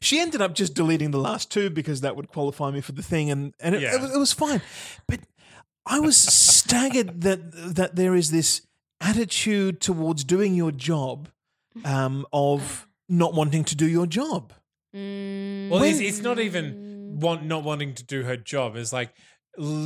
C: She ended up just deleting the last two because that would qualify me for the thing, and and it,
A: Yeah.
C: it, was, it was fine. But I was staggered that that there is this attitude towards doing your job um, of not wanting to do your job.
A: Well, it's, it's not even want not wanting to do her job. It's like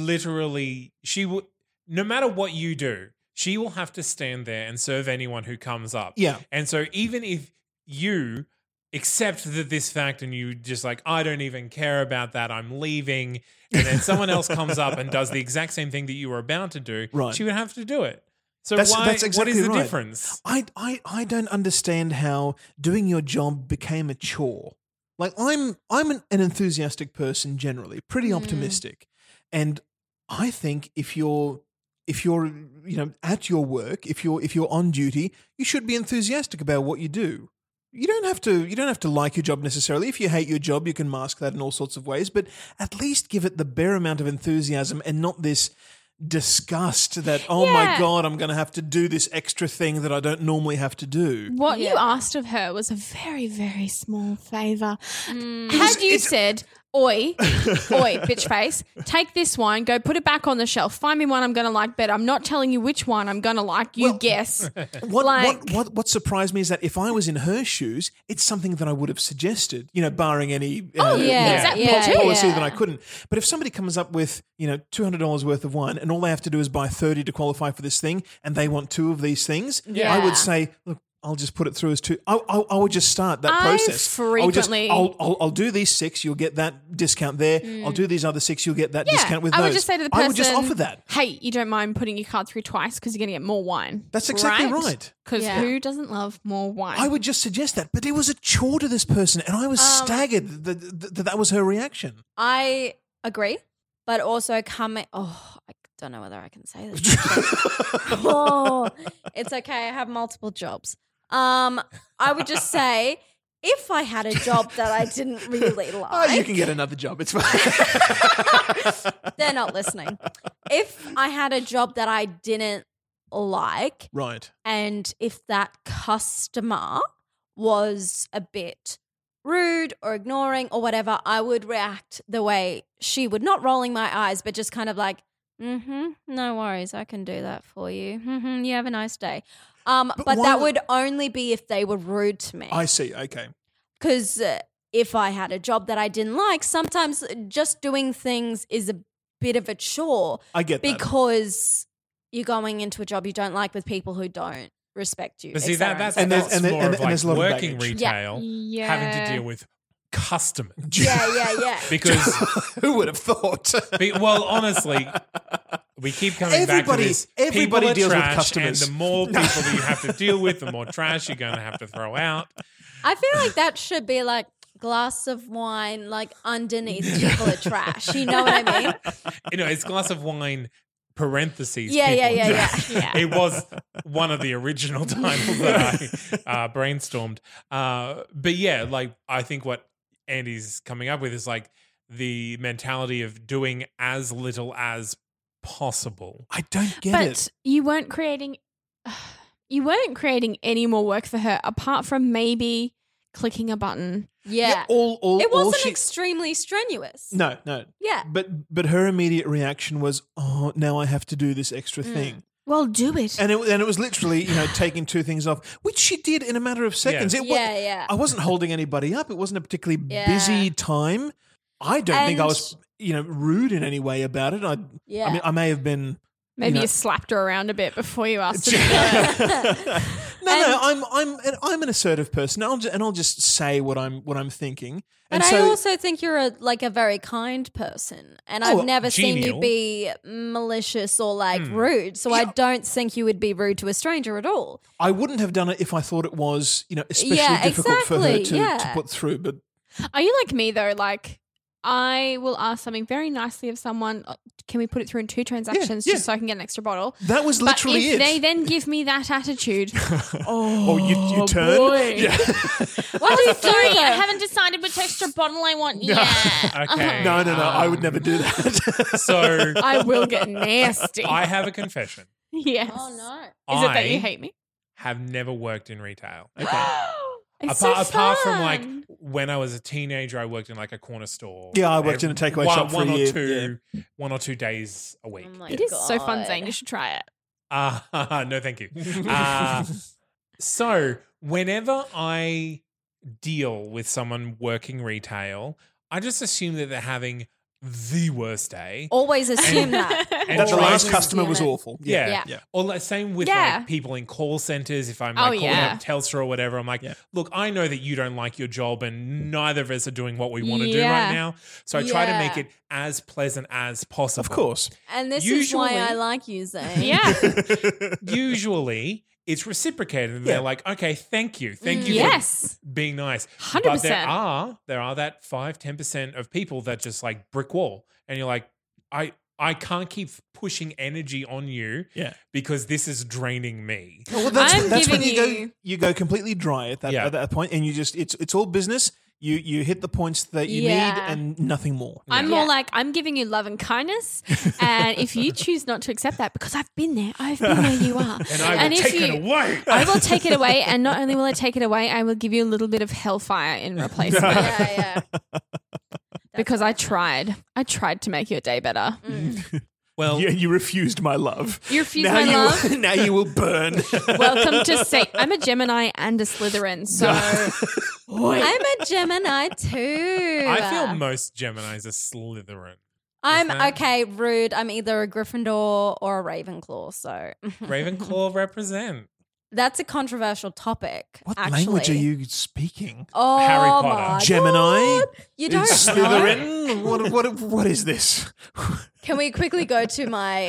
A: literally, she will. No matter what you do, she will have to stand there and serve anyone who comes up.
C: Yeah.
A: And so, even if you accept that this fact and you just like, I don't even care about that. I'm leaving, and then someone else comes up and does the exact same thing that you were about to do.
C: Right.
A: She would have to do it. So
C: That's-
A: why?
C: that's
A: what
C: exactly
A: is the
C: right.
A: difference?
C: I, I I don't understand how doing your job became a chore. Like I'm I'm an, an enthusiastic person generally, pretty
A: Mm.
C: optimistic, and I think if you're if you're you know at your work, if you're if you're on duty, you should be enthusiastic about what you do. You don't have to you don't have to like your job necessarily. If you hate your job, you can mask that in all sorts of ways, but at least give it the bare amount of enthusiasm and not this disgust that oh my
D: Yeah.
C: god i'm going to have to do this extra thing that i don't normally have to do
D: What you
B: Yeah.
D: asked of her was a very, very small favor.
C: was-
D: Had you
C: it's-
D: said, Oi, oi, bitch face, take this wine, go put it back on the shelf, find me one I'm going to like better. I'm not telling you which one I'm going to like. You guess.
C: what,
D: Like-
C: what what what surprised me is that if i was in her shoes it's something that i would have suggested you know barring any uh,
D: Oh, yeah,
C: you know,
D: exactly.
C: pol-
D: Yeah,
C: policy
B: yeah.
C: that i couldn't but if somebody comes up with you know $200 worth of wine and all they have to do is buy 30 to qualify for this thing and they want two of these things i
D: Yeah.
C: would say look I'll just put it through as two. I, I, I would just start that
D: I
C: process. I would just-
D: frequently-
C: I'll, I'll, I'll do these six. You'll get that discount there. I'll do these other six. You'll get that discount with
D: Mm. I
C: those.
D: would just say to the person,
C: I would just offer that.
D: Hey, you don't mind putting your card through twice because you're going to get more wine.
C: That's exactly right.
D: Because
B: Yeah.
D: who doesn't love more wine?
C: I would just suggest that, but it was a chore to this person, and I was
B: Um,
C: staggered that that, that that was her reaction.
B: I agree, but also come. Oh, I don't know whether I can say this. oh, it's okay. I have multiple jobs. Um, I would just say if I had a job that I didn't really like,
C: Oh, you can get another job. It's fine.
B: they're not listening. If I had a job that I didn't like,
C: right.
B: and if that customer was a bit rude or ignoring or whatever, I would react the way she would, not rolling my eyes, but just kind of like, mm-hmm, no worries, I can do that for you. Mm-hmm, you have a nice day. Um,
C: But
B: but
C: why
B: that would
C: would-
B: only be if they were rude to me
C: I see. Okay.
B: because uh, if I had a job that I didn't like, sometimes uh, just doing things is a bit of a chore
C: I get that.
B: because you're going into a job you don't like with people who don't respect you.
A: But see that that's,
C: And
A: and
C: there's-
A: that's
C: and there-
A: more
C: and-
A: of
C: and
A: like
C: there's a lot of
A: working
C: baggage.
B: Yeah.
A: retail
D: Yeah.
A: having to deal with customers
B: yeah, yeah, yeah.
A: because
C: Who would have thought?
A: Be- well, honestly, we keep coming back to
C: Everybody-
A: this.
C: everybody
A: People are
C: deals with
A: trash,
C: customers.
A: And the more people that you have to deal with, the more trash you're going to have to throw out.
B: I feel like that should be like glass of wine, like underneath people are trash. You know what I mean?
A: You know, it's glass of wine, parentheses.
B: Yeah, yeah,
A: people.
B: yeah, yeah.
D: Yeah.
A: It was one of the original titles that I uh, brainstormed. Uh, but yeah, like I think what Andy's coming up with is like the mentality of doing as little as possible.
C: I don't get
D: but
C: it.
D: you weren't creating you weren't creating any more work for her apart from maybe clicking a button
B: Yeah.
C: All, all,
B: it
C: all
B: wasn't Uh,
C: she-
B: extremely strenuous.
C: No, no.
B: Yeah.
C: But but her immediate reaction was, "Oh, now I have to do this extra
B: Mm.
C: thing."
D: well do it
C: And it, and it was literally, you know, taking two things off, which she did in a matter of seconds. It wa-
B: Yeah, yeah.
C: I wasn't holding anybody up. It wasn't a particularly
B: Yeah.
C: busy time. I don't think I
B: And-
C: was, you know, rude in any way about it. I, I
B: Yeah.
C: mean, I may have been.
D: maybe you,
C: know-
D: slapped her around a bit before you asked her
C: no,
D: to do it.
C: no, I'm, I'm, and I'm an assertive person, I'll ju- and I'll just say what I'm, what I'm thinking.
B: But I also think you're a like a very kind person, and
C: Oh, Hmm.
B: I've never seen
A: genial.
B: you be malicious or like rude. So I don't think you would be rude to a stranger at all.
C: I wouldn't have done it if I thought it was, you know, especially
B: Yeah,
C: difficult for her
B: exactly,
C: to, to
B: yeah.
C: put through. But
D: are you like me though like I will ask something very nicely of someone. uh, Can we put it through in two transactions
C: yeah.
D: just so I can get an extra bottle?
C: That was literally
D: but if
C: it.
D: they then give me that attitude,
C: oh, you, you turn.
D: boy.
C: Yeah.
E: What are you doing? I haven't decided which extra bottle I want yet.
A: Okay.
C: No, no, no. I
A: Um,
C: would never do that.
A: So
D: I will get nasty.
A: I have a confession.
D: yes.
E: Oh no.
D: Is it
A: I
D: that you hate me?
A: have never worked in retail.
D: It's
A: apart,
D: so
A: apart from like
D: fun.
A: when I was a teenager, I worked in like a corner store.
C: Yeah, I worked in a takeaway
A: one,
C: shop for
A: one
C: a
A: or
C: year,
A: two, one or two days a week.
E: Oh my
D: It is so fun,
E: God.
D: Zane. You should try it.
A: Uh, no, thank you. Uh, so, whenever I deal with someone working retail, I just assume that they're having the worst day.
B: Always assume that.
A: And
C: that the
A: try
C: last
A: to-
C: customer was
B: human.
C: awful.
A: Yeah.
B: Yeah.
C: Yeah.
A: Or like, same with
D: Yeah.
A: like people in call centers. If I'm
D: Oh,
A: like calling
D: yeah.
A: up Telstra or whatever, I'm like,
C: Yeah.
A: look, I know that you don't like your job, and neither of us are doing what we want to do
D: Yeah.
A: right now. So I try to make
B: Yeah.
A: it as pleasant as possible.
C: Of course.
B: And this is
A: Usually-
B: why I like you, Zane.
D: Yeah.
A: Usually, it's reciprocated, and
C: Yeah.
A: they're like, okay, thank you, thank you. for
D: Mm, yes.
A: being nice.
D: 100%.
A: But there are there are that five ten percent of people that just like brick wall, and you're like, I I can't keep pushing energy on you
C: Yeah.
A: because this is draining me.
C: Well, that's,
D: I'm
C: that's when you,
D: giving
C: go
D: you-
C: you go completely dry at that
A: Yeah.
C: at that point, and you just it's it's all business. You you hit the points that you need
D: Yeah.
C: and nothing more.
D: I'm more like, I'm giving you love and kindness. And if you choose not to accept that, because I've been there, I've been where you are.
A: And I will take it away.
D: I will take it away. And not only will I take it away, I will give you a little bit of hellfire in replacement.
B: Yeah, yeah.
D: because I tried. I tried to make your day better.
A: Well,
C: yeah, you refused my love.
D: You refused
C: now
D: my
C: you
D: love.
C: now you will burn.
D: Welcome to Satan. I'm a Gemini and a Slytherin. So
B: I'm a Gemini too.
A: I feel most Gemini's are Slytherin.
B: I'm
A: that-
B: okay, rude. I'm either a Gryffindor or a Ravenclaw, so
A: Ravenclaw represent.
B: that's a controversial topic.
C: what
B: actually.
C: language are you speaking?
B: Oh,
A: Harry Potter.
B: my
C: Gemini,
B: God. You don't know?
C: Slytherin. What what what is this?
B: Can we quickly go to my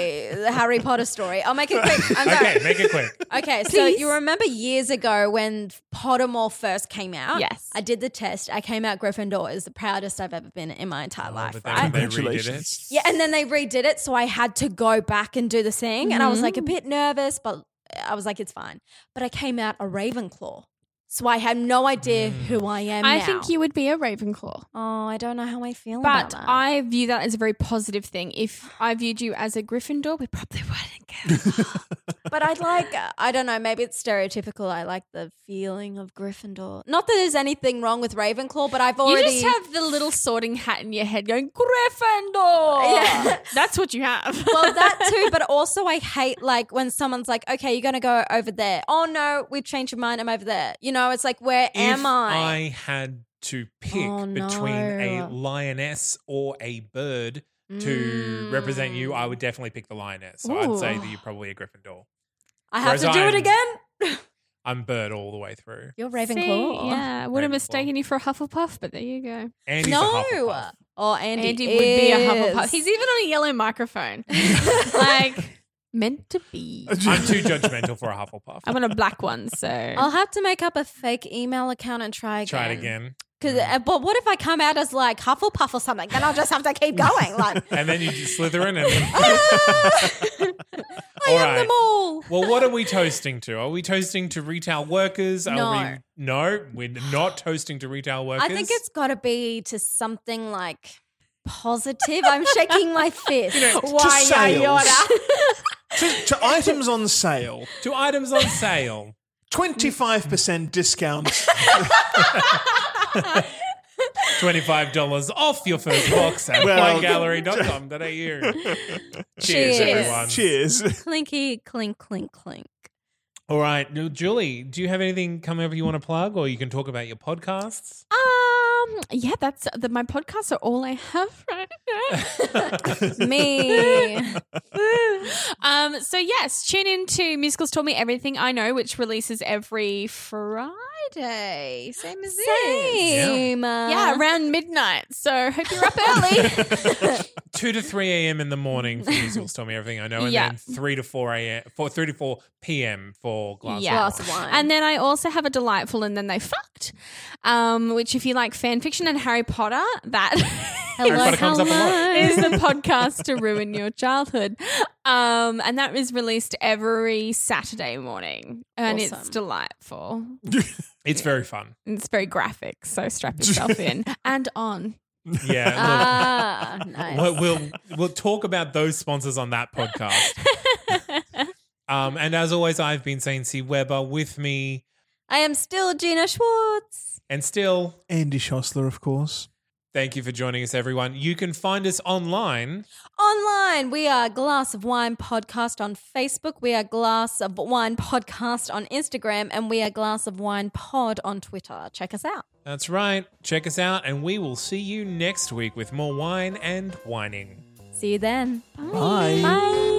B: Harry Potter story? I'll make it quick. I'm sorry.
A: Okay, make it quick.
B: Okay, so you remember years ago when Pottermore first came out?
D: Yes.
B: I did the test. I came out Gryffindor is the proudest I've ever been in my entire life,
A: but then
B: right?
A: they redid it.
C: Congratulations.
B: Yeah, and then they redid it, so I had to go back and do the thing, and I was
D: Mm-hmm.
B: like a bit nervous, but I was like, it's fine. But I came out a Ravenclaw, so I had no idea who I am.
D: I
B: now.
D: think you would be a Ravenclaw.
B: Oh, I don't know how I feel.
D: But
B: about that.
D: I view that as a very positive thing. If I viewed you as a Gryffindor, we probably wouldn't get along.
B: But I'd like, uh, I don't know, maybe it's stereotypical. I like the feeling of Gryffindor. Not that there's anything wrong with Ravenclaw, but I've
D: You
B: already.
D: just have the little sorting hat in your head going, Gryffindor.
B: Yeah.
D: That's what you have.
B: well, that too, but also I hate like when someone's like, okay, you're going to go over there. Oh, no, we've changed your mind. I'm over there. You know, it's like, where
A: if
B: am I?
A: had to pick
B: Oh,
A: between a
B: no.
A: lioness or a bird to represent you, I
B: Mm.
A: would definitely pick the lioness. So I'd say that you're probably a Gryffindor.
B: I, have to
A: Whereas
B: do
A: I'm-
B: it again?
A: I'm bird all the way through.
B: You're
D: See,
B: Ravenclaw.
D: yeah, I would have
A: Ravenclaw.
D: mistaken you for a Hufflepuff, but there you go.
A: Andy's a
B: No.
A: Hufflepuff.
B: Oh, Andy,
D: Andy would be a
B: is.
D: Hufflepuff. He's even on a yellow microphone. like, meant to be.
A: I'm too judgmental for a Hufflepuff.
D: I'm on a black one, so.
B: I'll have to make up a fake email account and try again.
A: Try it again.
B: Cause, uh, but what if I come out as like Hufflepuff or something? Then I'll just have to keep going. Like,
A: And then you do Slytherin and
B: I
A: All
B: am
A: right.
B: them all.
A: Well, what are we toasting to? Are we toasting to retail workers? Are
B: No.
A: we No, we're not toasting to retail workers.
B: I think it's got to be to something like positive. I'm shaking my fist.
C: to sales.
B: yada.
C: to, to items on sale,
A: to items on sale.
C: twenty five percent discount.
A: $25 off your first box at
C: Well-
A: winegallery.com.au. Cheers,
B: Cheers.
A: everyone.
C: Cheers.
B: Clinky, clink, clink, clink.
A: All right. now, Julie, do you have anything coming up you want to plug or you can talk about your podcasts?
D: Um, yeah, that's the, my podcasts are all I have right now.
B: Me.
D: um, so yes, tune in to Musicals Taught Me Everything I Know, which releases every Friday. Same as this. Uh-huh.
B: Same. Uh,
D: Yeah, around midnight. So hope you're up early.
A: 2 to 3 a.m. in the morning for musicals, tell me everything I know. And
D: Yeah.
A: then 3 to 4 a.m. For 3 to 4 p.m. for glass.
D: Yeah.
B: Glass of wine.
D: And then I also have a delightful and then they fucked, um, which if you like fan fiction and Harry Potter, that
B: Hello,
A: Everybody comes up
B: hello.
A: alone.
D: is the podcast to ruin your childhood. Um, and that is released every Saturday morning, and it's
B: Awesome.
D: delightful.
A: It's very fun.
D: And it's very graphic, so strap yourself in and on.
A: Yeah.
B: Ah,
A: look,
B: nice.
A: we'll, we'll we'll talk about those sponsors on that podcast. Um, and as always, I've been saying C Weber with me,
B: I am still Gina Schwartz.
A: and still.
C: Andy Schossler, of course.
A: Thank you for joining us, everyone. You can find us online.
B: Online, we are Glass of Wine Podcast on Facebook. We are Glass of Wine Podcast on Instagram. And we are Glass of Wine Pod on Twitter. Check us out.
A: That's right. Check us out, and we will see you next week with more wine and whining.
B: See you then.
C: Bye.
B: Bye.